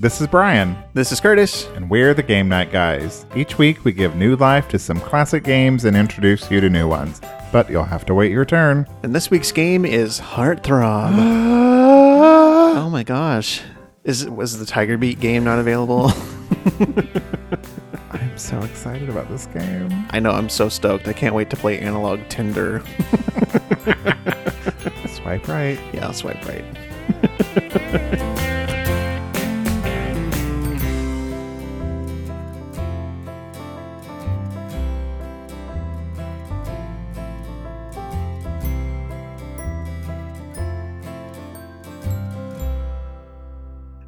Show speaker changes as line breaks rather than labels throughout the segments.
This is Brian,
This is Curtis.
and we're the Game Night Guys. Each week, we give new life to some classic games and introduce you to new ones, but you'll have to wait your turn.
And this week's game is Heartthrob. oh my gosh. Is was the Tiger Beat game not available?
I'm so excited about this game.
I know I'm so stoked. I can't wait to play Analog Tinder.
Swipe right.
yeah, I'll swipe right.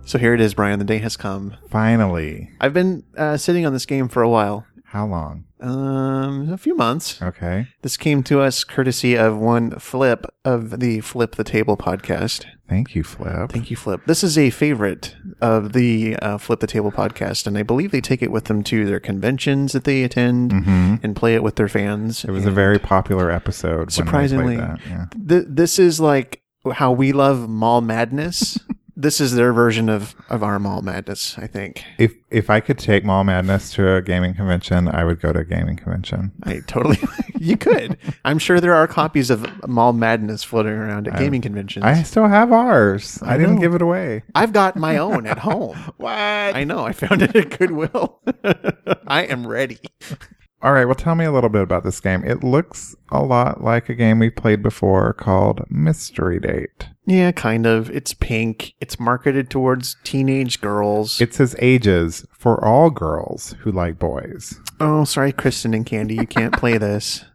So here it is, Brian. The day has come.
Finally.
I've been uh, sitting on this game for a while,
How long?
um, a few months.
Okay.
This came to us courtesy of one flip of the Flip the Table podcast.
Thank you, Flip.
Thank you, Flip. This is a favorite of the uh, Flip the Table podcast, and I believe they take it with them to their conventions that they attend and play it with their fans.
Mm-hmm. It was a very popular episode.
surprisingly.
When we played that. Yeah.
Th- this is like how we love Mall Madness. this is their version of of our Mall Madness, I think.
If if I could take Mall Madness to a gaming convention, I would go to a gaming convention.
I totally. you could. I'm sure there are copies of Mall Madness floating around at gaming conventions.
I still have ours. I, didn't
know.
give it away.
I've got my own at home.
What?
I know. I found it at Goodwill. I am ready.
All right. Well, tell me a little bit about this game. It looks a lot like a game we played before called Mystery Date.
Yeah, kind of. It's pink. It's marketed towards teenage girls.
It says ages for all girls who like boys,
oh, sorry, Kristen and Candy. You can't play this.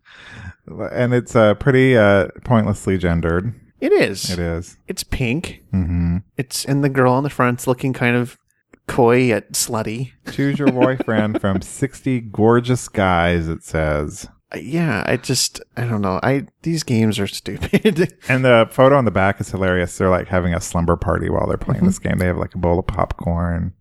and it's uh, pretty uh, pointlessly gendered.
It is.
It is.
It's pink.
Mm-hmm.
It's and the girl on the front's looking kind of coy yet slutty.
Choose your boyfriend from 60 gorgeous guys, it says.
Uh, Yeah, I just I don't know. I these games are stupid.
And the photo on the back is hilarious. They're like having a slumber party while they're playing this game. They have like a bowl of popcorn.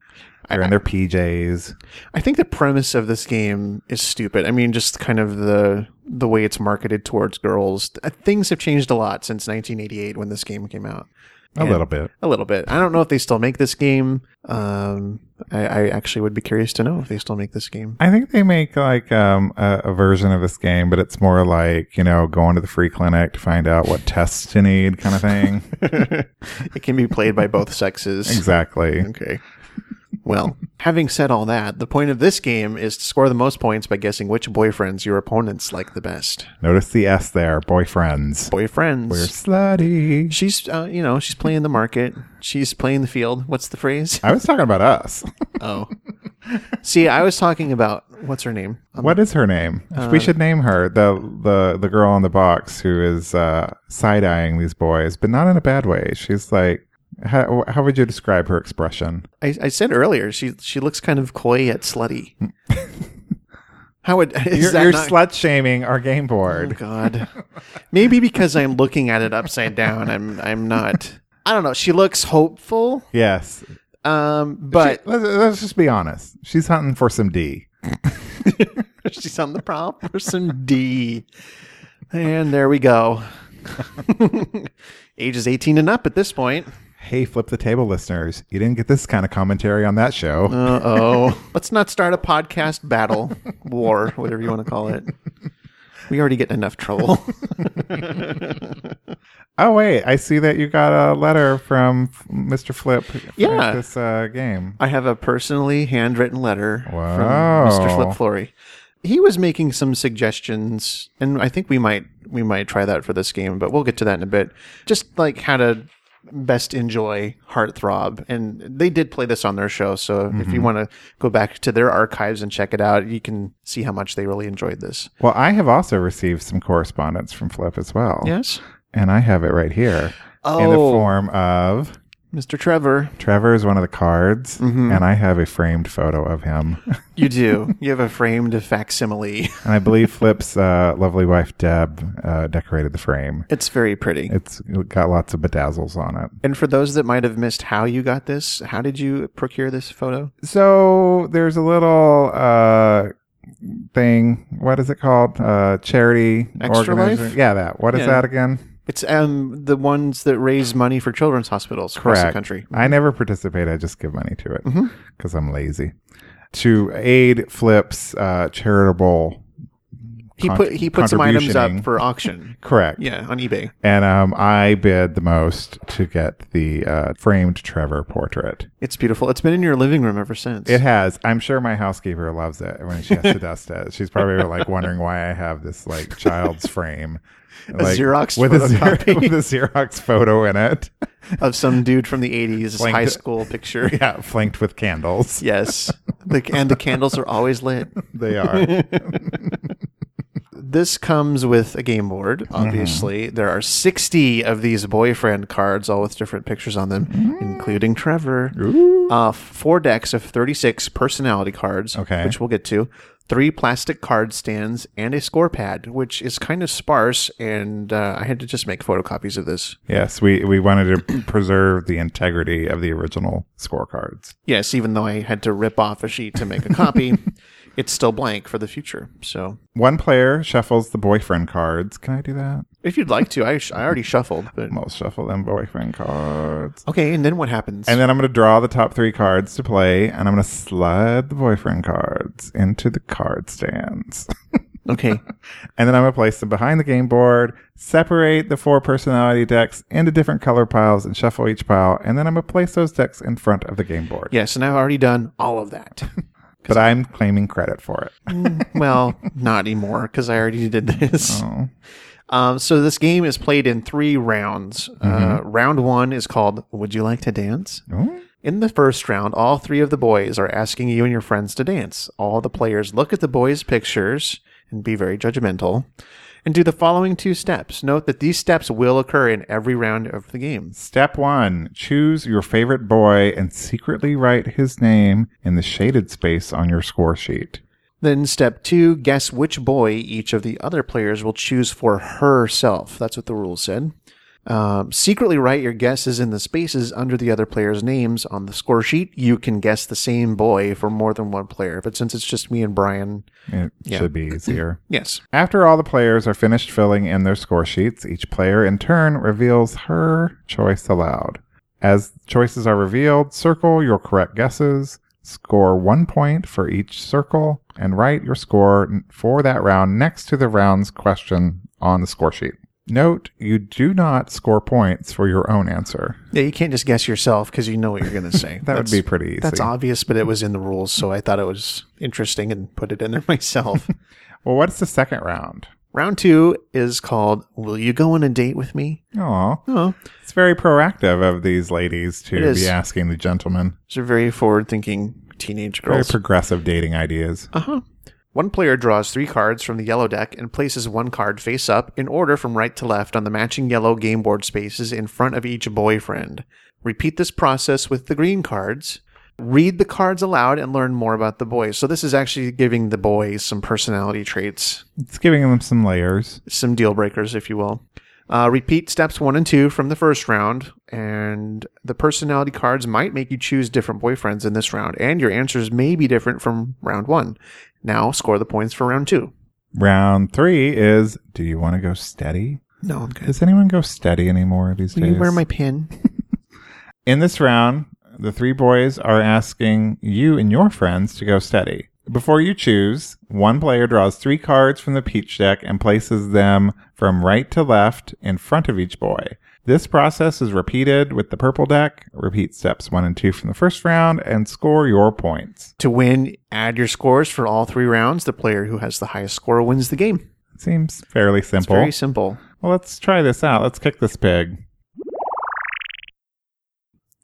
They're in their PJs.
I think the premise of this game is stupid. I mean, just kind of the the way it's marketed towards girls. Uh, Things have changed a lot since 1988 when this game came out.
A little bit.
A little bit. I don't know if they still make this game. Um, I, I actually would be curious to know if they still make this game.
I think they make like um, a, a version of this game, but it's more like, you know, going to the free clinic to find out what tests to need kind of thing.
It can be played by both sexes.
exactly.
Okay. Well, having said all that, the point of this game is to score the most points by guessing which boyfriends your opponents like the best.
Notice the S there, boyfriends.
Boyfriends.
We're slutty.
She's, uh, you know, she's playing the market. She's playing the field. What's the phrase?
I was talking about us.
Oh. See, I was talking about what's her name? Um, uh,
What is her name? we should name her the the the girl on the box who is uh, side eyeing these boys, but not in a bad way. She's like, how, how would you describe her expression?
I, I said earlier, she she looks kind of coy yet slutty. How would is
You're,
that
you're
not-
slut shaming our game
Oh,
board.
God, maybe because I'm looking at it upside down. I'm I'm not. I don't know. She looks hopeful,
Yes,
um, but
let's, let's just be honest. She's hunting for some D.
she's on the problem for some D. And there we go. Ages 18 and up at this point.
Hey, flip the table, listeners! You didn't get this kind of commentary on that show.
Uh oh. Let's not start a podcast battle, war, whatever you want to call it. We already get enough trouble.
oh wait, I see that you got a letter from Mr. Flip. for
Yeah.
this uh, game.
I have a personally handwritten letter
Wow.
from Mr. Flip Flory. He was making some suggestions, and I think we might we might try that for this game, but we'll get to that in a bit. Just like how to best enjoy Heartthrob, and they did play this on their show. So if you want to go back to their archives and check it out, you can see how much they really enjoyed this.
Well, I have also received some correspondence from Flip as well.
Yes,
And I have it right here in the
Oh.
form of
Mr. Trevor,
Trevor is one of the cards,
Mm-hmm.
and I have a framed photo of him.
you do. you have a framed facsimile.
and I believe Flip's uh, lovely wife, Deb, uh, decorated the frame.
It's very pretty.
It's got lots of bedazzles on it.
And for those that might have missed how you got this, how did you procure this photo?
So there's a little uh, thing. What is it called? Uh, charity
Extra
organizer-
Life?
Yeah, that. What is
Yeah.
that again?
It's um the ones that raise money for children's hospitals across the
Correct.
country.
I never participate. I just give money to it
Mm-hmm.
because I'm lazy. To aid Flip's uh, charitable.
He
Con-
put he put some items up
contributioning.
for auction.
Correct.
yeah, on eBay.
And um, I bid the most to get the uh, framed Trevor portrait.
It's beautiful. It's been in your living room ever since.
It has. I'm sure my housekeeper loves it when she has to dust it. She's probably like wondering why I have this like child's frame, like,
Xerox
with a,
photocopy.
with a Xerox photo in it.
of some dude from the 80s
Flanked
high
it.
school picture.
Yeah, flanked with candles.
Yes. The, and the candles are always lit.
They are.
This comes with a game board,
Mm-hmm.
obviously. There are 60 of these boyfriend cards, all with different pictures on them,
Mm.
including Trevor. Uh, four decks of 36 personality cards,
Okay.
which we'll get to, three plastic card stands, and a score pad, which is kind of sparse. And uh, I had to just make photocopies of this.
yes, we we wanted to preserve the integrity of the original scorecards.
Yes, even though I had to rip off a sheet to make a copy, it's still blank for the future. So
One player shuffles the boyfriend cards. Can I do that?
if you'd like to, I, sh- I already shuffled. But
I'll shuffle them boyfriend cards.
okay, and then what happens?
And then I'm going to draw the top three cards to play, and I'm going to slide the boyfriend cards into the card stands.
okay,
And then I'm going to place them behind the game board, separate the four personality decks into different color piles, and shuffle each pile. And then I'm going to place those decks in front of the game board.
yes, and I've already done all of that.
But I'm claiming credit for it.
well, not anymore because I already did this. Um, so this game is played in three rounds. Uh, round one is called "Would you like to dance?"
Ooh.
In the first round, all three of the boys are asking you and your friends to dance. All the players look at the boys' pictures and be very judgmental and do the following two steps. Note that these steps will occur in every round of the game.
Step one choose your favorite boy and secretly write his name in the shaded space on your score sheet.
Then, step two, guess which boy each of the other players will choose for herself. That's what the rules said. Um, secretly write your guesses in the spaces under the other players' names on the score sheet. You can guess the same boy for more than one player, but since it's just me and Brian,
It should be easier.
yes,
After all the players are finished filling in their score sheets, each player in turn reveals her choice aloud. As choices are revealed, circle your correct guesses, score one point for each circle, and write your score n- for that round next to the round's question on the score sheet. Note, you do not score points for your own answer.
Yeah, you can't just guess yourself because you know what you're going to say.
That would be pretty easy.
That's obvious, but it was in the rules, so I thought it was interesting and put it in there myself.
Well, what's the second round?
Round two is called "Will you go on a date with me?"
Aw,
Oh,
it's very proactive of these ladies
It
to
is.
be asking the gentlemen.
these are very forward-thinking teenage
Very
girls.
progressive dating ideas.
uh huh. One player draws three cards from the yellow deck and places one card face up in order from right to left on the matching yellow game board spaces in front of each boyfriend. Repeat this process with the green cards. Read the cards aloud and learn more about the boys. So, this is actually giving the boys some personality traits
It's giving them some layers.
some deal breakers, if you will. Uh, repeat steps one and two from the first round, and the personality cards might make you choose different boyfriends in this round, and your answers may be different from round one. Now score the points for round two.
Round three is Do you want to go steady?
No, I'm good.
Does anyone go steady anymore these
Will
days?
you wear my pin?
In this round, the three boys are asking you and your friends to go steady. Before you choose, one player draws three cards from the peach deck and places them from right to left in front of each boy. This process is repeated with the purple deck. Repeat steps one and two from the first round and score your points.
to win, add your scores for all three rounds. The player who has the highest score wins the game.
Seems fairly
It's
simple.
very simple.
Well, let's try this out. Let's kick this pig.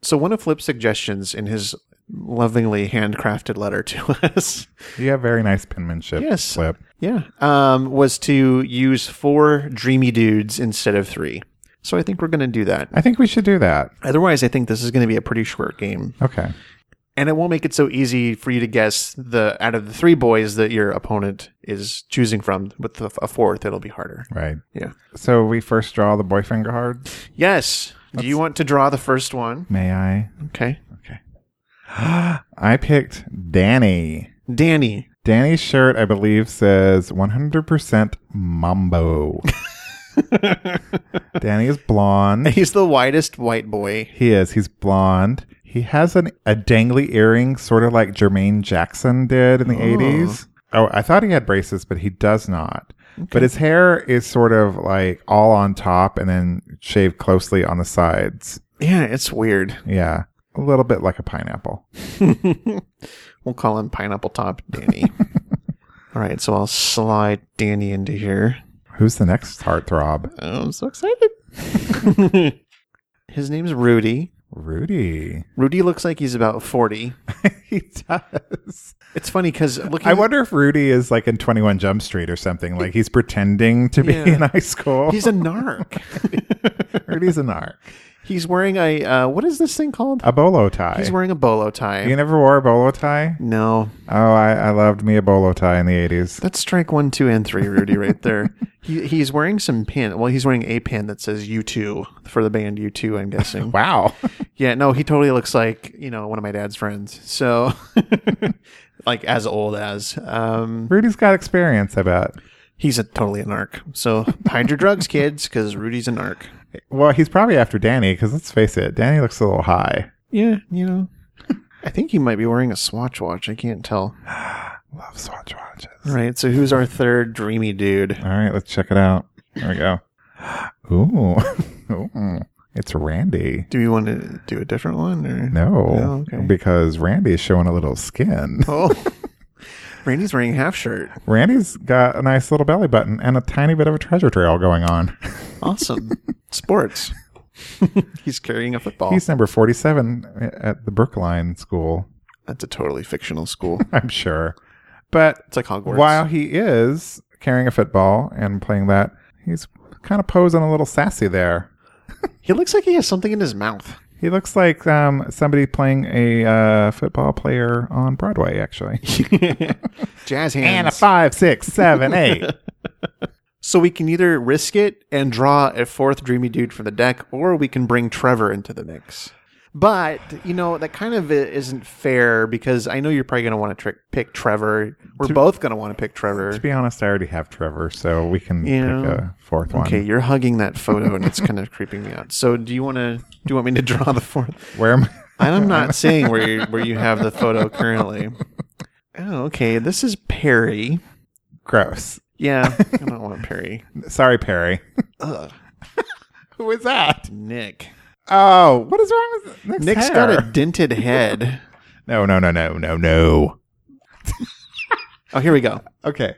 So, one of Flip's suggestions in his lovingly handcrafted letter to us
You have very nice penmanship.
Yes.
Flip.
Yeah. Um, was to use four dreamy dudes instead of three. So I think we're going to do that.
I think we should do that.
Otherwise, I think this is going to be a pretty short game.
Okay.
And it won't make it so easy for you to guess the out of the three boys that your opponent is choosing from. With the, a fourth, it'll be harder.
Right.
Yeah.
So we first draw the boyfriend cards.
Yes. Do you want to draw the first one?
May I?
Okay.
Okay. I picked Danny.
Danny.
Danny's shirt, I believe, says 100% Mambo. Danny is blonde.
He's the whitest white boy.
He is. He's blonde. He has an, a dangly earring, sort of like Jermaine Jackson did in the 80s. Oh, I thought he had braces, but he does not. But his hair is sort of like all on top and then shaved closely on the sides.
Yeah, it's weird.
Yeah. A little bit like a pineapple.
We'll call him Pineapple Top Danny. All right, so I'll slide Danny into here.
Who's the next heartthrob?
Oh, I'm so excited. His name's Rudy.
Rudy.
Rudy looks like he's about 40.
he does.
It's funny because looking.
I wonder if Rudy is like in 21 Jump Street or something. Like he's pretending to be
Yeah.
in high school.
He's a narc.
Rudy's an arc.
he's wearing a. Uh, what is this thing called?
A bolo tie.
He's wearing a bolo tie.
you never wore a bolo tie?
no,
Oh, I, I loved me a bolo tie in the 80s.
that's strike one, two, and three, Rudy, right there. he, he's wearing some pin. Well, he's wearing a pin that says U2 for the band U2, I'm guessing.
Wow.
Yeah, no, he totally looks like, you know, one of my dad's friends. So like as old as. Um
Rudy's got experience, I bet.
he's a totally a narc. So hide your drugs, kids, because Rudy's a narc.
Well, he's probably after Danny because let's face it, Danny looks a little high.
Yeah, you know. I think he might be wearing a swatch watch. I can't tell.
Love Swatch watches.
All right, so who's our third dreamy dude?
All right, let's check it out. There we go. Ooh. Ooh. It's Randy.
Do we want to do a different one or
No,
Oh, okay.
because Randy is showing a little skin.
Oh. Randy's wearing a half shirt.
Randy's got a nice little belly button and a tiny bit of a treasure trail going on.
Awesome. Sports. he's carrying a football.
He's number 47 at the Brookline School,
That's a totally fictional school.
I'm sure. But
It's like Hogwarts.
while he is carrying a football and playing that, he's kind of posing a little sassy there.
He looks like he has something in his mouth.
He looks like um, somebody playing a uh, football player on Broadway, actually.
Jazz
And a
hands.
five, six, seven, eight.
so we can either risk it and draw a fourth dreamy dude from the deck, or we can bring Trevor into the mix. But you know that kind of i- isn't fair because I know you're probably going to want to trick pick Trevor. We're both going to want to pick Trevor.
to be honest, I already have Trevor, so we can
Yeah.
pick a fourth one.
Okay, you're hugging that photo and it's kind of creeping me out. So do you want to do you want me to draw the fourth?
Where am I?
I'm not seeing where you where you have the photo currently. Oh, okay. This is Perry.
Gross.
Yeah, I don't want Perry.
Sorry, Perry.
Ugh,
Who is that?
Nick.
Oh, what is wrong with Nick's,
Nick's
hair?
got a dented head.
No, no, no, no, no, no.
Oh, here we go.
Okay.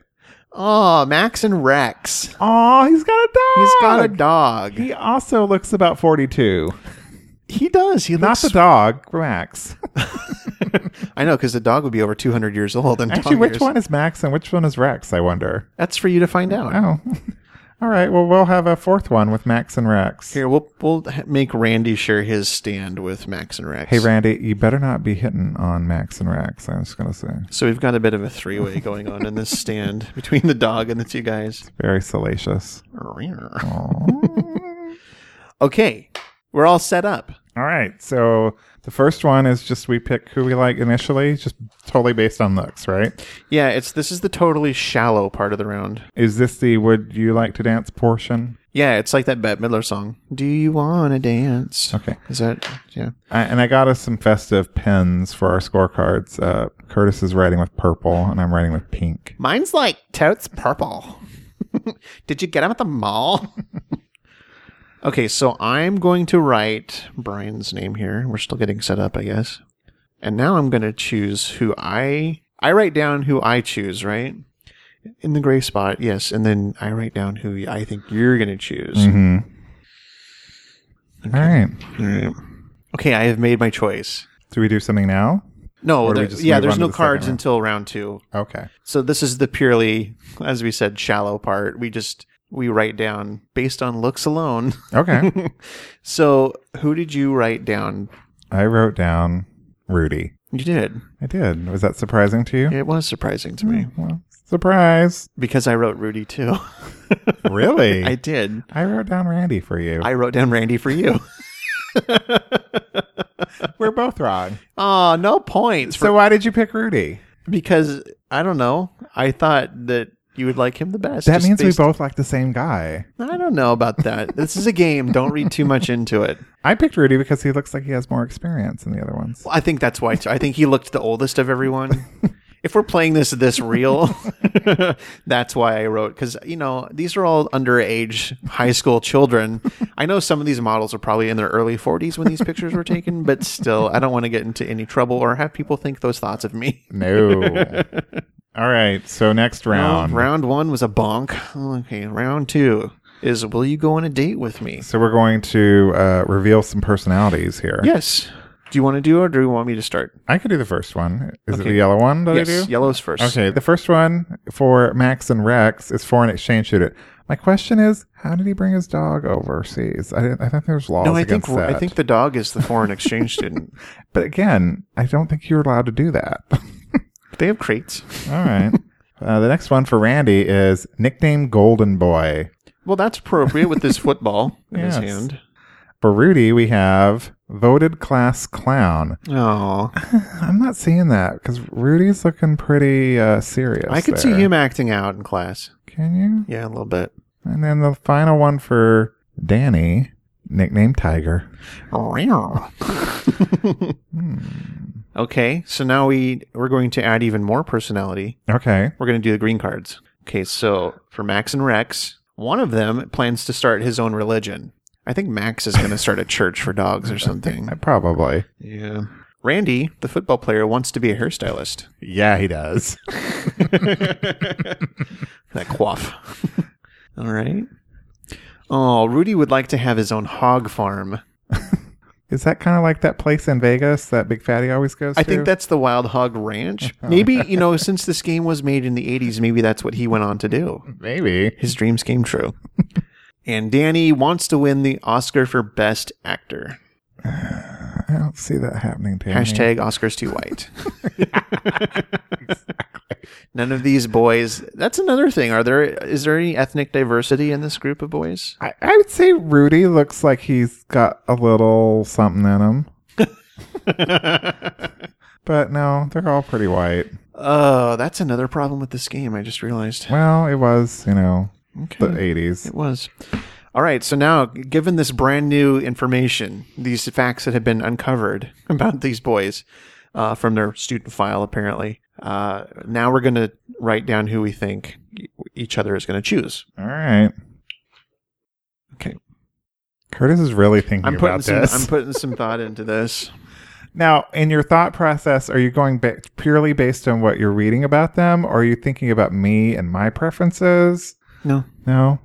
Oh, Max and Rex.
Oh, he's got a dog.
He's got a dog.
He also looks about 42.
He does. He
Not
looks.
the dog, Max.
I know because the dog would be over 200 years old. And
Actually, which one is Max and which one is Rex, I wonder?
That's for you to find out.
Oh. All right. Well, we'll have a fourth one with Max and Rex.
Here, we'll we'll ha- make Randy share his stand with Max and Rex.
Hey, Randy, you better not be hitting on Max and Rex. I was going to say.
So we've got a bit of a three way going on in this stand between the dog and the two guys.
Very salacious. Aw.
Okay, we're all set up.
All right. So the first one is just we pick who we like initially, just totally based on looks, right?
Yeah, it's this is the totally shallow part of the round.
Is this the would you like to dance portion?
Yeah, it's like that Bette Midler song. Do you wanna dance?
Okay.
Is that yeah?
I, and I got us some festive pens for our scorecards. Uh, Curtis is writing with purple, and I'm writing with pink.
Mine's like totes purple. Did you get them at the mall? okay, so I'm going to write Brian's name here. We're still getting set up, I guess. And now I'm going to choose who I I write down who I choose, right? In the gray spot, yes, and then I write down who I think you're going to choose.
hmm All right.
All right. Okay, I have made my choice.
Do we do something now?
No,
Or do we
there-
just
yeah,
move
there's
on to
no
the second
cards
round?
until round 2.
Okay.
So this is the purely, as we said, shallow part. We just we write down based on looks alone.
Okay.
so who did you write down?
I wrote down Rudy.
You did.
I did. Was that surprising to you?
It was surprising to me
Well, surprise.
because I wrote Rudy too.
Really?
I did.
I wrote down Randy for you.
I wrote down Randy for you.
We're both wrong.
oh, no points for
So why did you pick Rudy?
because I don't know. I thought that you would like him the best.
That
just
means we
based-
both like the same guy.
I don't know about that. this is a game. Don't read too much into it.
I picked Rudy because he looks like he has more experience than the other ones.
I think that's why. Too. I think he looked the oldest of everyone. if we're playing this this real, that's why I wrote because you know these are all underage high school children. I know some of these models are probably in their early forties when these pictures were taken, but still, I don't want to get into any trouble or have people think those thoughts of me.
No. All right. So next round.
Well, round one was a bonk. Okay, round two is will you go on a date with me?
So we're going to uh, reveal some personalities here.
Yes. Do you want to do it or do you want me to start?
I could do the first one. Is it the yellow one that I do?
yes, yellow's first.
Okay, the first one for Max and Rex is foreign exchange student. My question is, how did he bring his dog overseas? I didn't. I think there's laws
No, I think
against that.
I think the dog is the foreign exchange student.
but again, I don't think you're allowed to do that.
They have crates.
All right. Uh, the next one for Randy is nickname Golden Boy.
Well, that's appropriate with this football in his
Yes.
hand.
For Rudy, we have voted class clown.
Oh,
I'm not seeing that because Rudy's looking pretty uh, serious.
I could see
there.
him acting out in class.
Can you?
Yeah, a little bit.
And then the final one for Danny, nickname Tiger.
okay, so now we we're going to add even more personality.
Okay.
We're going to do the green cards. Okay, so for Max and Rex, one of them plans to start his own religion. I think Max is going to start a church for dogs or something.
Probably.
Yeah. Randy, the football player, wants to be a hairstylist.
Yeah, he does.
That quaff. All right. Oh, Rudy would like to have his own hog farm.
Is that kind of like that place in Vegas that Big Fatty always goes
I
to?
think that's the Wild Hog Ranch. Maybe, you know, since this game was made in the 80s, maybe that's what he went on to do.
maybe.
His dreams came true. and Danny wants to win the Oscar for Best Actor.
I don't see that happening to me.
Hashtag Oscars too white. None of these boys. That's another thing. Are there is there any ethnic diversity in this group of boys?
I, I would say Rudy looks like he's got a little something in him. but no, they're all pretty white.
Oh, that's another problem with this game. I just realized.
Well, it was, you know, the
Okay.
80s.
It was. All right. So now, given this brand new information, these facts that have been uncovered about these boys uh, from their student file, apparently, uh, now we're going to write down who we think e- each other is going to choose.
All right.
Okay.
Curtis is really thinking
I'm putting
about
some,
this.
I'm putting some thought into this.
Now, in your thought process, are you going ba- purely based on what you're reading about them, or are you thinking about me and my preferences?
No,
No.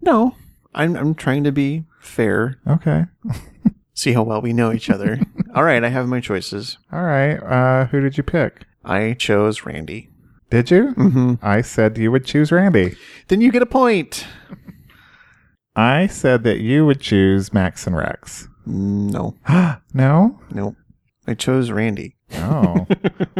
no. I'm I'm trying to be fair.
Okay.
See how well we know each other. All right. I have my choices.
All right. Uh, who did you pick?
I chose Randy.
Did you?
Mm-hmm.
I said you would choose Randy.
Then you get a point.
I said that you would choose Max and Rex.
Mm, No,
No.
no. I chose Randy.
Oh.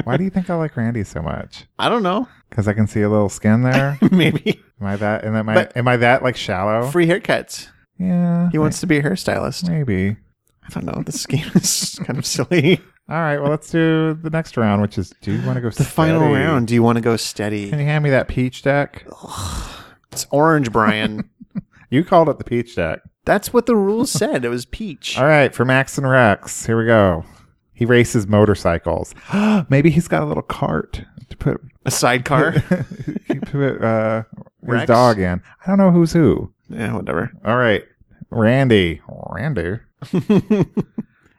Why do you think I like Randy so much?
I don't know.
Because I can see a little skin there.
Maybe
Am I that? And am I?
But-
am I that like shallow?
free haircuts.
yeah.
He wants to be a hairstylist.
maybe.
I don't know. This game is kind of silly.
All right. Well, let's do the next round, which is do you want to go
The final
steady?
round. Do you want to go steady?
Can you hand me that peach deck?
It's orange, Brian.
You called it the peach deck.
That's what the rules said. It was peach.
All right, for Max and Rex, here we go. He races motorcycles. Maybe he's got a little cart to put,
A sidecar.
to put uh, his
Rex?
dog in. I don't know who's who.
yeah, whatever.
All right, Randy. Randy.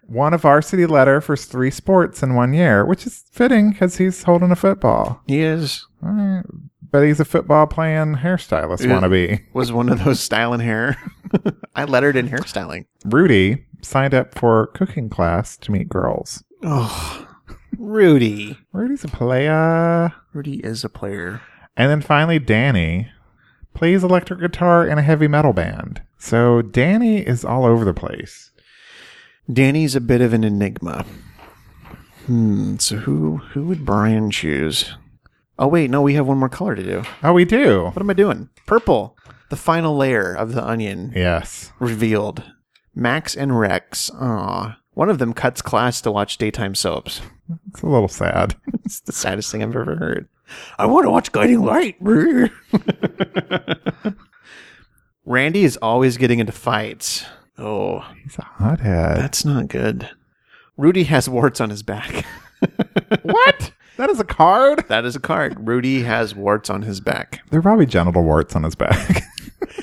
Won a varsity letter for three sports in one year, which is fitting because he's holding a football.
He is
All right. But he's a football playing hairstylist
Yeah.
wannabe.
was one of those styling hair. I lettered in hairstyling.
Rudy signed up for cooking class to meet girls.
Oh, Rudy.
Rudy's a player.
Rudy is a player.
And then finally, Danny plays electric guitar in a heavy metal band. So Danny is all over the place.
Danny's a bit of an enigma. Hmm. So who who would Brian choose? Oh wait, no, we have one more color to do.
Oh, we do.
What am I doing? Purple. The final layer of the onion
Yes.
revealed. Max and Rex. Aw. One of them cuts class to watch daytime soaps.
It's a little sad.
It's the saddest thing I've ever heard. I want to watch Guiding Light. Randy is always getting into fights. Oh,
He's a hothead.
that's not good. Rudy has warts on his back.
what? That is a card?
That is a card. Rudy has warts on his back.
There are probably genital warts on his back.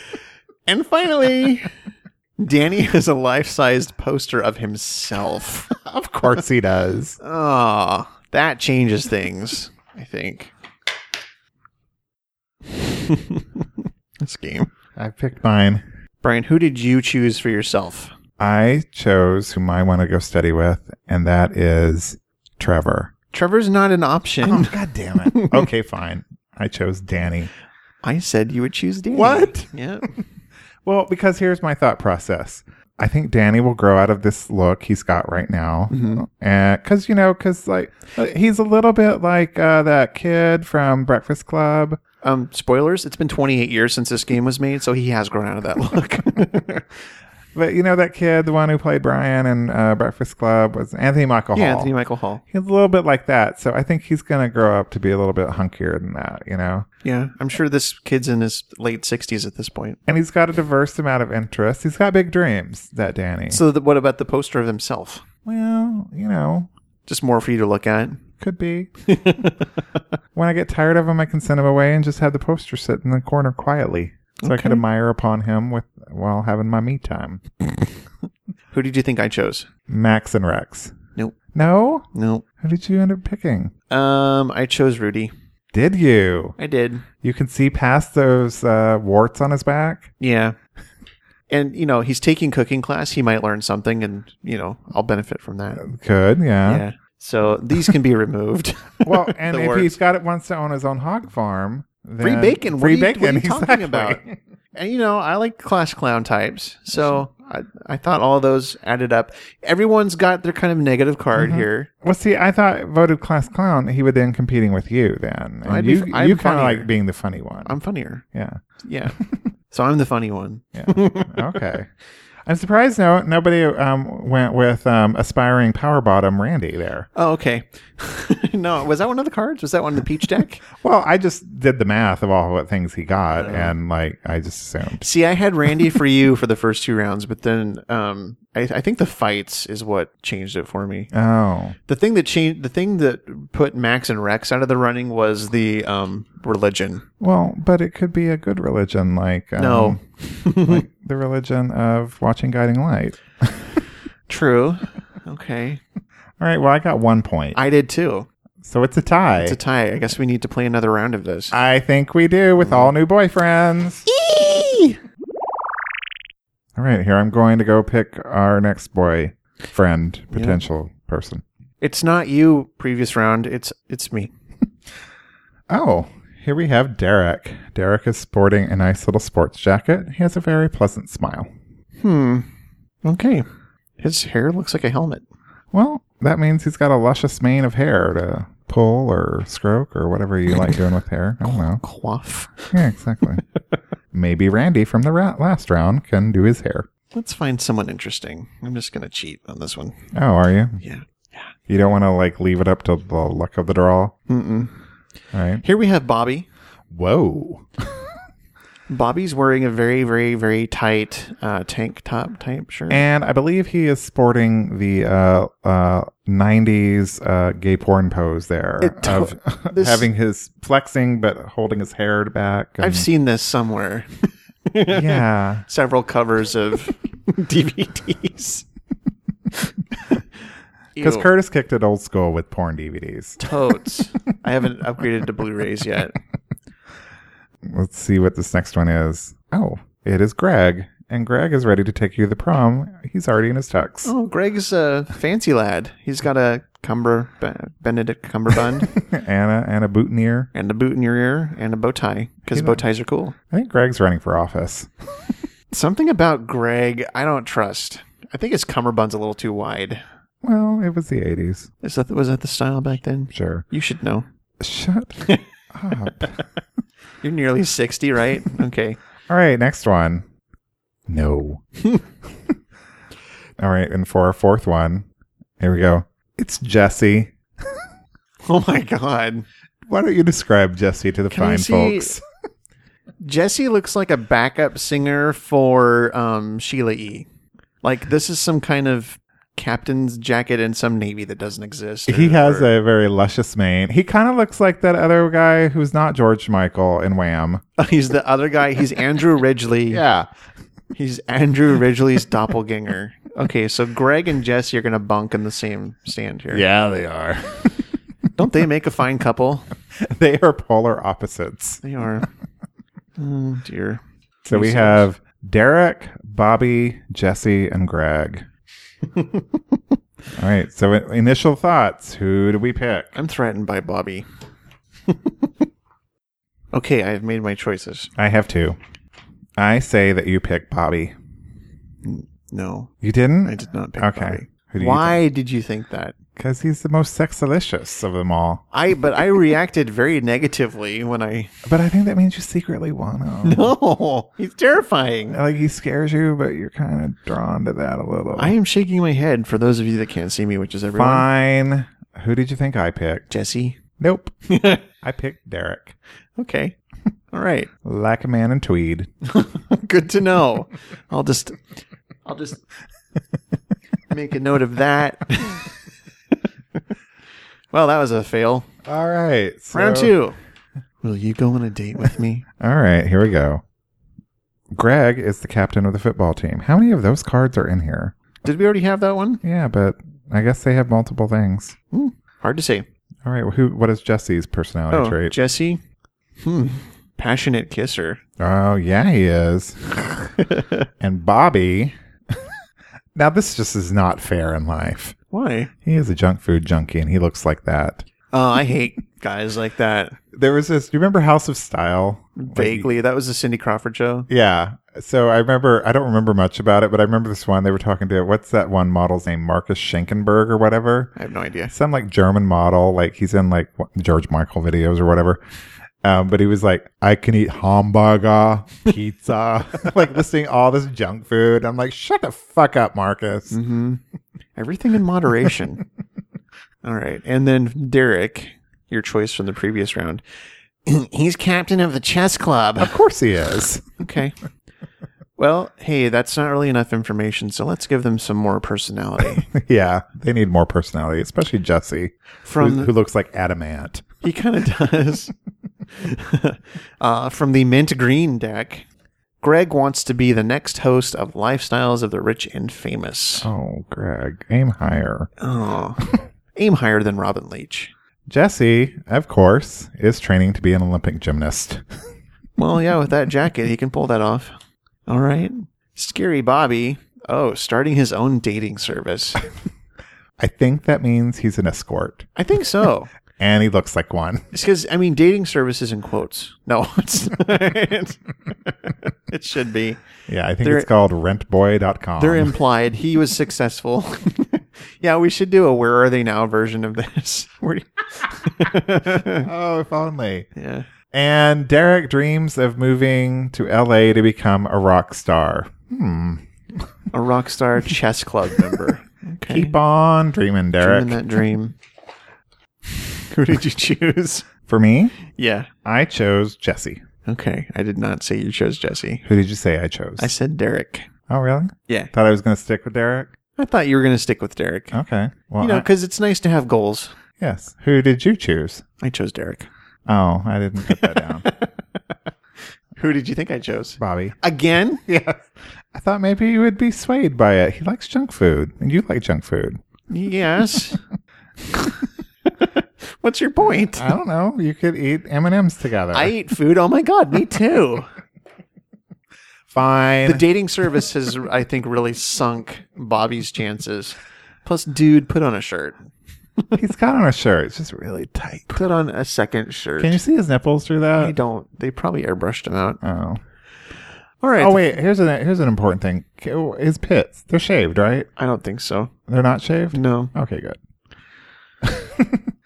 And finally, Danny has a life sized poster of himself.
of course he does.
Oh, that changes things, I think. this game.
I picked mine.
Brian, who did you choose for yourself?
I chose whom I want to go study with, and that is Trevor.
Trevor's not an option.
God damn it. okay, fine. I chose Danny.
I said you would choose Danny.
What?
Yeah.
Well, because here's my thought process. I think Danny will grow out of this look he's got right now,
Mm-hmm.
and because you know, because like uh, he's a little bit like uh, that kid from Breakfast Club.
Um, spoilers, it's been 28 years since this game was made, so he has grown out of that look.
But you know that kid, the one who played Brian in uh, Breakfast Club, was Anthony Michael
yeah,
Hall.
Anthony Michael Hall.
he's a little bit like that, so I think he's gonna grow up to be a little bit hunkier than that, you know.
Yeah, I'm sure this kid's in his late 60s at this point.
And he's got a diverse amount of interests. He's got big dreams, that Danny.
So, th- what about the poster of himself?
well, you know,
Just more for you to look at.
Could be. when I get tired of him, I can send him away and just have the poster sit in the corner quietly, so I could admire upon him with while having my me time.
Who did you think I chose?
Max and Rex.
Nope.
No,
Nope.
who did you end up picking?
Um, I chose Rudy.
Did you?
I did.
You can see past those uh, warts on his back.
Yeah. And you know, he's taking cooking class. He might learn something, and you know, I'll benefit from that.
Good, yeah.
Yeah. So these can be removed.
Well, and
The
if
warts.
he's got it wants to own his own hog farm, then
free bacon. What
free
are you,
bacon.
What are you talking
exactly.
about? And you know, I like class clown types, so I, I thought all those added up. Everyone's got their kind of negative card here.
Well, see, I thought voted class clown, he would end competing with you then. And
I'd be
you,
f- I'm
you kind of
funnier.
like being the funny one.
I'm funnier.
yeah.
Yeah. so I'm the funny one.
Okay. I'm surprised no nobody um, went with um, aspiring power bottom Randy there.
Oh, okay. no, was that one of the cards? Was that one of the peach deck?
Well, I just did the math of all what things he got, and like I just assumed.
See, I had Randy for you for the first two rounds, but then um, I, I think the fights is what changed it for me.
Oh,
The thing that changed, the thing that put Max and Rex out of the running was the um, religion. Mm.
well, but it could be a good religion, like um,
No.
like the religion of watching guiding light.
True. Okay.
All right. Well, I got one point,
I did too.
so it's a tie.
It's a tie. I guess we need to play another round of this.
I think we do with all new boyfriends. All right, here I'm going to go pick our next boy friend, potential person.
It's not you previous round. It's it's me.
Oh, here we have Derek. Derek is sporting a nice little sports jacket. He has a very pleasant smile.
Hmm. Okay. His hair looks like a helmet.
Well, that means he's got a luscious mane of hair to pull or stroke or whatever you like doing with hair. I don't know.
Quaff.
Yeah, exactly. Maybe Randy from the ra- last round can do his hair.
Let's find someone interesting. I'm just gonna cheat on this one.
Oh, are you?
Yeah.
You don't want to like leave it up to the luck of the draw. Mm-mm. All right.
Here we have Bobby.
Whoa.
Bobby's wearing a very, very, very tight uh, tank top type shirt.
And I believe he is sporting the uh, uh, 90s uh, gay porn pose there
It to-
of
this-
having his flexing but holding his hair back. and-
I've seen this somewhere.
yeah.
Several covers of DVDs.
Because
Ew,
Curtis kicked it old school with porn DVDs.
totes. I haven't upgraded to Blu-rays yet.
Let's see what this next one is. Oh, it is Greg. And Greg is ready to take you to the prom. He's already in his tux.
Oh, Greg's a fancy lad. He's got a cumber Benedict cummerbund
Anna and a boutonniere.
and a boot in your ear and a bow tie because bow ties are cool.
I think Greg's running for office.
Something about Greg I don't trust. I think his cummerbund's a little too wide.
Well, it was the 80s.
Is that was that the style back then?
Sure.
You should know.
Shut up.
You're nearly sixty, right? Okay.
All right, next one. No. All right, and for our fourth one, here we go. It's Jesse.
Oh my god.
Why don't you describe Jesse to the
Can I
fine
see-
folks?
Jesse looks like a backup singer for um, Sheila E. Like this is some kind of captain's jacket in some navy that doesn't exist. or-
He has
or-
a very luscious mane. He kind of looks like that other guy who's not George Michael in Wham.
He's the other guy. He's Andrew Ridgely.
Yeah.
He's Andrew Ridgely's doppelganger. Okay, so Greg and Jesse are gonna bunk in the same stand here.
Yeah, they are.
Don't they make a fine couple?
they are polar opposites.
They are. Oh dear.
So we have Derek, Bobby, Jesse, and Greg. All right. So i- initial thoughts. Who do we pick?
I'm threatened by Bobby. okay, I have made my choices.
I have two. I say that you pick Bobby.
No,
You didn't?
I did not pick
Okay.
Bobby.
Who do
Why did you think that?
Because he's the most sexilicious of them all.
I but I reacted very negatively when I
But I think that means you secretly want him.
No, he's terrifying.
Like he scares you, but you're kind of drawn to that a little.
I am shaking my head for those of you that can't see me, which is everyone.
Fine. Who did you think I picked?
Jesse.
Nope. I picked Derek.
okay. All right.
Like a man in tweed.
Good to know. I'll just I'll just make a note of that. well, that was a fail.
All right. so-
Round 2. Will you go on a date with me?
All right. Here we go. Greg is the captain of the football team. How many of those cards are in here?
Did we already have that one?
Yeah, but I guess they have multiple things.
Hard to say.
All right. Who? What is Jesse's personality
Oh,
trait?
Jesse. Hmm. Passionate kisser.
Oh, yeah, he is. and Bobby. now, this just is not fair in life.
Why?
He is a junk food junkie and he looks like that.
Oh, I hate guys like that.
There was this, do you remember House of Style? Like,
Vaguely, that was a Cindy Crawford show.
yeah. So I remember, I don't remember much about it, but I remember this one. They were talking to, what's that one model's name? Marcus Schenkenberg or whatever.
I have no idea.
some like German model, like he's in like what- George Michael videos or whatever. Um, but he was like, I can eat hamburger, pizza, like listing all this junk food. I'm like, shut the fuck up, Marcus.
hmm Everything in moderation. All right, and then Derek, your choice from the previous round. He's captain of the chess club.
Of course he is.
Okay. Well, hey, that's not really enough information, so let's give them some more personality.
yeah, they need more personality, especially Jesse,
From
who, who looks like adamant.
He kind of does. uh, from the mint green deck, Greg wants to be the next host of Lifestyles of the Rich and Famous.
Oh, Greg, aim higher.
Oh, aim higher than Robin Leach.
Jesse, of course, is training to be an Olympic gymnast.
Well, yeah, with that jacket, he can pull that off. All right. Scary Bobby. Oh, starting his own dating service.
I think that means he's an escort,
I think so.
and he looks like one.
It's because, I mean, dating services in quotes. No, it's not. it should be.
Yeah, I think
They're-
it's called rentboy.com.
They're implied. He was successful. yeah, we should do a "Where Are They Now" version of this. Where-
oh, if only.
yeah,
And Derek dreams of moving to LA to become a rock star. Hmm.
a rock star chess club member. Okay,
Keep on dreaming, Derek.
dreaming that dream. Who did you choose?
For me,
Yeah.
I chose Jesse.
Okay, I did not say you chose Jesse.
Who did you say I chose?
I said Derek.
oh, really?
Yeah,
Thought I was going to stick with Derek.
I thought you were going to stick with Derek.
Okay. Well,
you know,
Oh, I-
because it's nice to have goals.
yes. Who did you choose?
I chose Derek.
Oh, I didn't put that down.
Who did you think I chose?
Bobby.
Again?
Yes. I thought maybe you would be swayed by it. He likes junk food, and you like junk food.
Yes. What's your point?
I don't know. You could eat M and M's together.
I eat food. Oh my god, me too.
Fine.
the dating service has, I think, really sunk Bobby's chances. Plus, dude, put on a shirt.
He's got on a shirt. It's just really tight.
Put on a second shirt.
Can you see his nipples through that?
I don't. They probably airbrushed him out.
Oh.
All right.
Oh wait, here's an here's an important thing. K- oh, His pits, they're shaved, right?
I don't think so.
They're not shaved.
No.
Okay, good.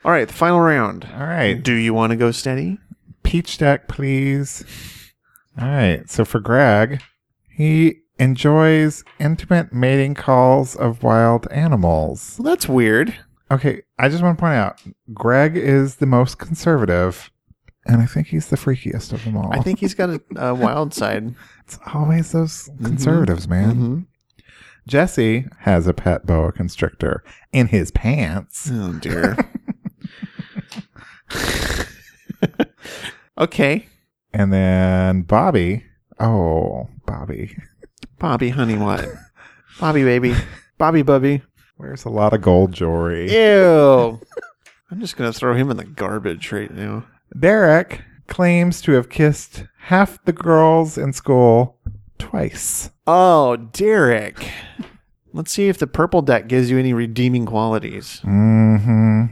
All right. The final round.
All right,
Do you want to go steady?
peach deck, please. All right. So for Greg, he enjoys intimate mating calls of wild animals.
Well, that's weird.
Okay, I just want to point out Greg is the most conservative, and I think he's the freakiest of them all.
I think he's got a, a wild side.
it's always those conservatives, man.
Mm-hmm.
Jesse has a pet boa constrictor in his pants.
Oh dear. okay,
And then Bobby. Oh, Bobby
Bobby, honey, what? Bobby, baby, Bobby, bubby.
wears a lot of gold jewelry.
Ew. I'm just gonna throw him in the garbage right now.
Derek claims to have kissed half the girls in school twice.
Oh, Derek. Let's see if the purple deck gives you any redeeming qualities.
Mm-hmm.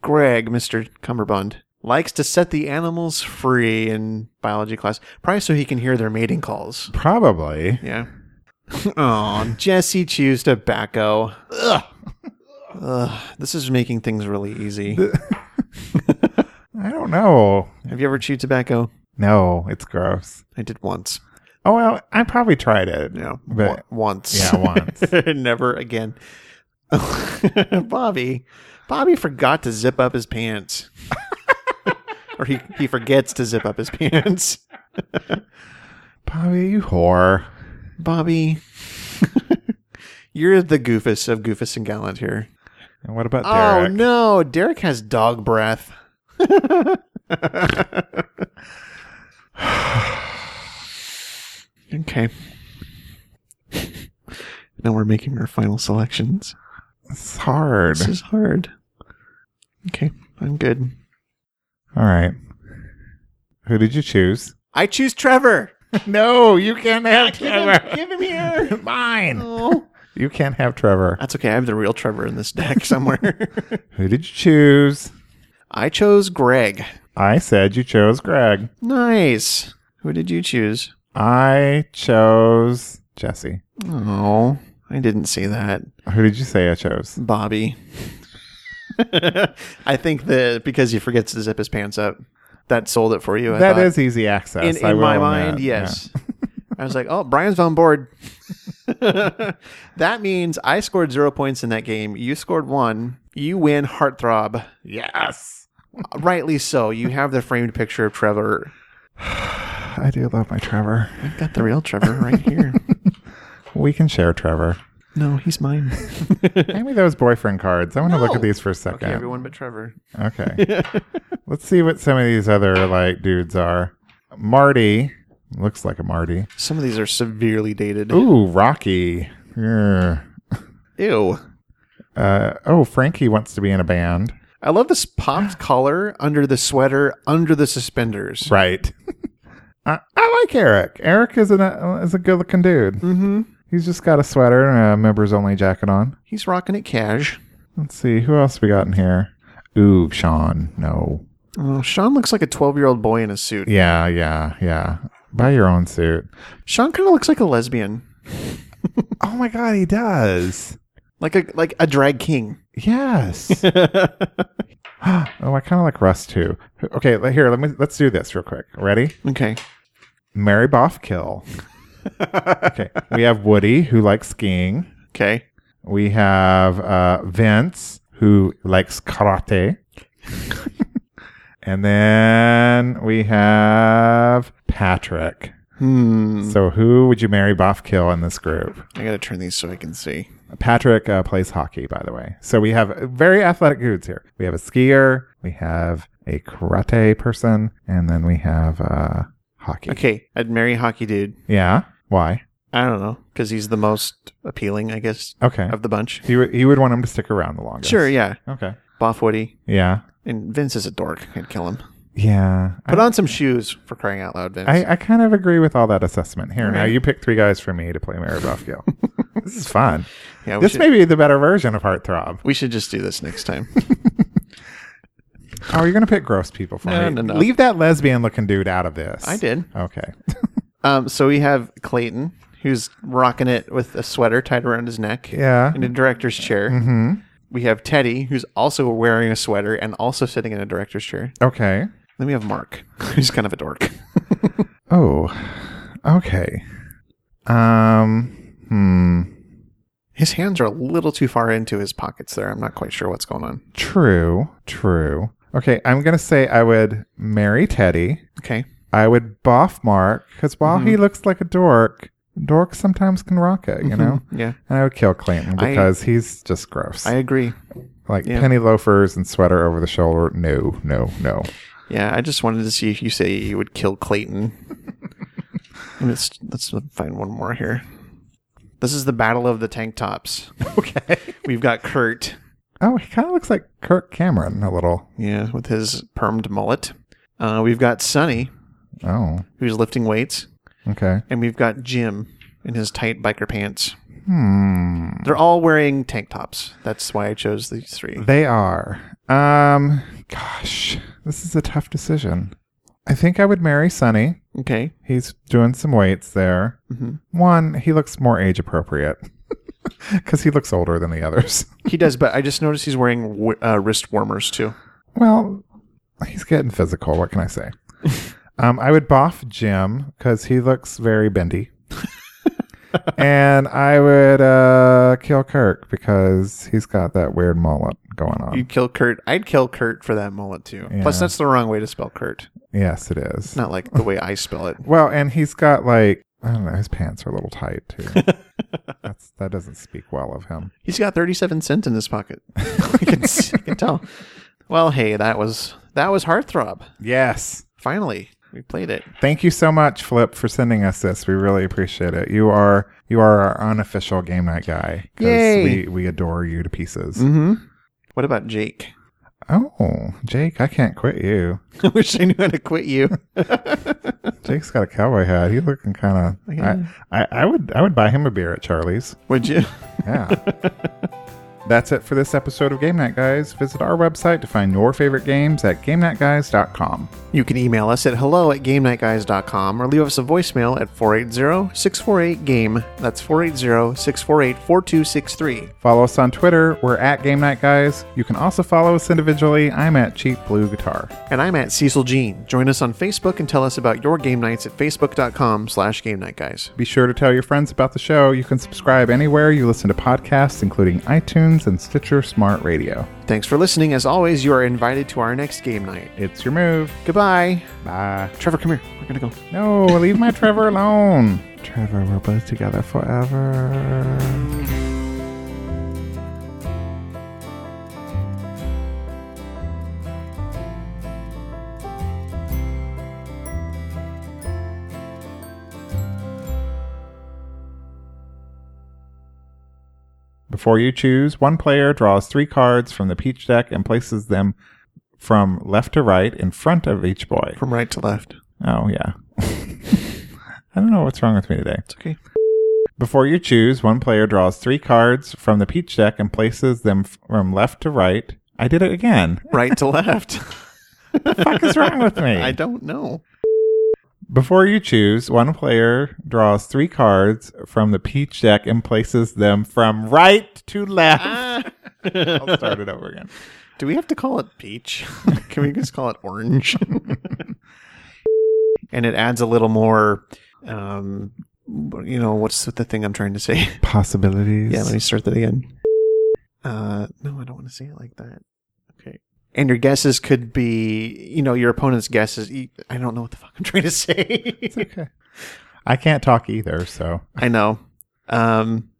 Greg, Mr. Cumberbund, likes to set the animals free in biology class, probably so he can hear their mating calls.
Probably.
Yeah. oh, Jesse chews tobacco. Ugh. Ugh, this is making things really easy.
I don't know.
Have you ever chewed tobacco?
No, it's gross.
I did once.
Oh well, I probably tried it.
No,
But-
on- once.
Yeah, once.
Never again. Bobby, Bobby forgot to zip up his pants, or he he forgets to zip up his pants.
Bobby, you whore.
Bobby, you're the goofus of goofus and gallant here.
And what about
Oh
Derek?
no, Derek has dog breath. okay. Now we're making our final selections.
It's hard.
This is hard. Okay, I'm good.
All right. Who did you choose?
I choose Trevor.
no, you can't have Trevor.
Give him here.
Mine.
Oh.
You can't have Trevor.
That's okay. I have the real Trevor in this deck somewhere.
Who did you choose?
I chose Greg.
I said you chose Greg.
Nice. Who did you choose?
I chose Jesse.
Oh, I didn't see that.
Who did you say I chose?
Bobby. I think that because he forgets to zip his pants up, that sold it for you. I
That
thought.
is easy access.
in,
I
in
will
my
own
mind,
that.
yes. I was like, oh, Brian's on board. that means I scored zero points in that game. You scored one. You win, heartthrob.
Yeah. Yes.
Rightly so. You have the framed picture of Trevor.
I do love my Trevor.
I've got the real Trevor right here.
We can share Trevor.
no, he's mine.
Hand me those boyfriend cards. I want to look
No.
at these for a second.
Okay, everyone but Trevor.
Okay. Let's see what some of these other like dudes are. Marty looks like a Marty.
Some of these are severely dated.
Ooh, Rocky. Yeah.
Ew.
Uh, oh, Frankie wants to be in a band.
I love this popped collar under the sweater, under the suspenders.
Right. I, I like Eric. Eric is a is a good looking dude.
Mm-hmm.
He's just got a sweater and a members only jacket on.
He's rocking it cash.
Let's see who else we got in here. Ooh, Sean. No.
Oh, Sean looks like a 12 year old boy in a suit.
Yeah, yeah, yeah. Buy your own suit.
Sean kind of looks like a lesbian,
Oh my god, he does.
like a like a drag king.
Yes. oh, I kind of like Russ too. Okay, le- here, let me let's do this real quick. Ready?
Okay.
Mary Boff kill. okay, we have Woody who likes skiing.
Okay.
We have uh, Vince who likes karate. and then we have Patrick.
Hmm.
So who would you marry Boff kill in this group?
I gotta turn these so I can see.
Patrick uh, plays hockey, by the way. So we have very athletic dudes here. We have a skier, we have a karate person, and then we have uh, hockey.
Okay. I'd marry hockey dude.
Yeah. Why?
I don't know because he's the most appealing, I guess,
Okay.
of the bunch.
You would- you would want him to stick around the longest.
Sure. Yeah.
Okay.
Boff Woody
Yeah.
and Vince is a dork. I'd kill him.
Yeah.
Put on some shoes for crying out loud, Vince.
I, I kind of agree with all that assessment. Here, now you pick three guys for me to play Mary Buff Gill. this is fun.
yeah. We
This
should,
may be the better version of Heartthrob.
we should just do this next time.
Oh, you're going to pick gross people for
No,
me.
no, no.
Leave that lesbian looking dude out of this.
I did.
Okay.
Um, so we have Clayton, who's rocking it with a sweater tied around his neck
Yeah.
in a director's chair. Mm-hmm. We have Teddy, who's also wearing a sweater and also sitting in a director's chair.
Okay.
Then we have Mark, who's kind of a dork.
Oh, okay. Um, hmm.
His hands are a little too far into his pockets there. I'm not quite sure what's going on.
True, true. Okay, I'm gonna say I would marry Teddy.
Okay.
I would boff Mark because while
Mm-hmm.
he looks like a dork, dorks sometimes can rock it, you know.
Yeah.
And I would kill Clayton
I-
because he's just gross.
I agree.
like
yeah.
penny loafers and sweater over the shoulder. No, no, no.
Yeah, I just wanted to see if you say you would kill Clayton. let's let's find one more here. This is the battle of the tank tops.
Okay.
We've got Kurt,
Oh, he kind of looks like Kirk Cameron a little.
yeah, with his permed mullet. Uh, we've got Sonny,
Oh,
who's lifting weights,
okay.
and we've got Jim in his tight biker pants.
Hmm.
They're all wearing tank tops. That's why I chose these three.
They are. Um, gosh, this is a tough decision. I think I would marry Sonny.
Okay.
He's doing some weights there.
Mhm.
One, he looks more age appropriate because he looks older than the others.
He does, but I just noticed he's wearing w- uh, wrist warmers too.
Well, he's getting physical. What can I say? um, I would boff Jim because he looks very bendy. and I would uh, kill Kirk because he's got that weird mullet going on.
You'd kill Kurt. I'd kill Kurt for that mullet too. Plus,
Yeah.
that's the wrong way to spell Kurt.
yes, it is.
Not like the way I spell it.
Well, and he's got like I don't know, his pants are a little tight too. That's that doesn't speak well of him.
He's got 37 cents in his pocket. I can, s- I can tell. Well, hey, that was that was Heartthrob.
Yes.
Finally, we played it.
Thank you so much, Flip, for sending us this. We really appreciate it. You are you are our unofficial game night guy. 'cause
Yay.
We we adore you to pieces.
Mm-hmm. What about Jake?
Oh, Jake, I can't quit you.
I wish I knew how to quit you.
Jake's got a cowboy hat. He's looking kind of. I, I I would I would buy him a beer at Charlie's.
Would you?
Yeah. That's it for this episode of Game Night Guys. Visit our website to find your favorite games at GameNightGuys.com.
You can email us at hello at GameNightGuys.com or leave us a voicemail at 480-648-GAME. That's 480-648-4263.
Follow us on Twitter. We're at Game Night Guys. You can also follow us individually. I'm at Cheap Blue Guitar.
And I'm at Cecil Jean. Join us on Facebook and tell us about your game nights at facebook.com slash game night guys.
Be sure to tell your friends about the show. You can subscribe anywhere you listen to podcasts, including iTunes and Stitcher Smart Radio.
Thanks for listening. As always, you are invited to our next game night.
It's your move.
Goodbye.
Bye.
Trevor, come here. We're going to go.
No, leave my Trevor alone. Trevor, we're both together forever. Before you choose, one player draws three cards from the peach deck and places them from left to right in front of each boy.
From right to left.
Oh, yeah. I don't know what's wrong with me today.
It's okay.
Before you choose, one player draws three cards from the peach deck and places them f- from left to right. I did it again.
Right to left.
What is wrong with me?
I don't know.
Before you choose, one player draws three cards from the peach deck and places them from right to left. I'll start it over again.
Do we have to call it peach? Can we just call it orange? and it adds a little more, um, you know, what's the thing I'm trying to say?
Possibilities.
Yeah, let me start that again. Uh, no, I don't want to say it like that. Okay. And your guesses could be, you know, your opponent's guesses. e- I don't know what the fuck I'm trying to say.
okay. I can't talk either, so
I know. Um,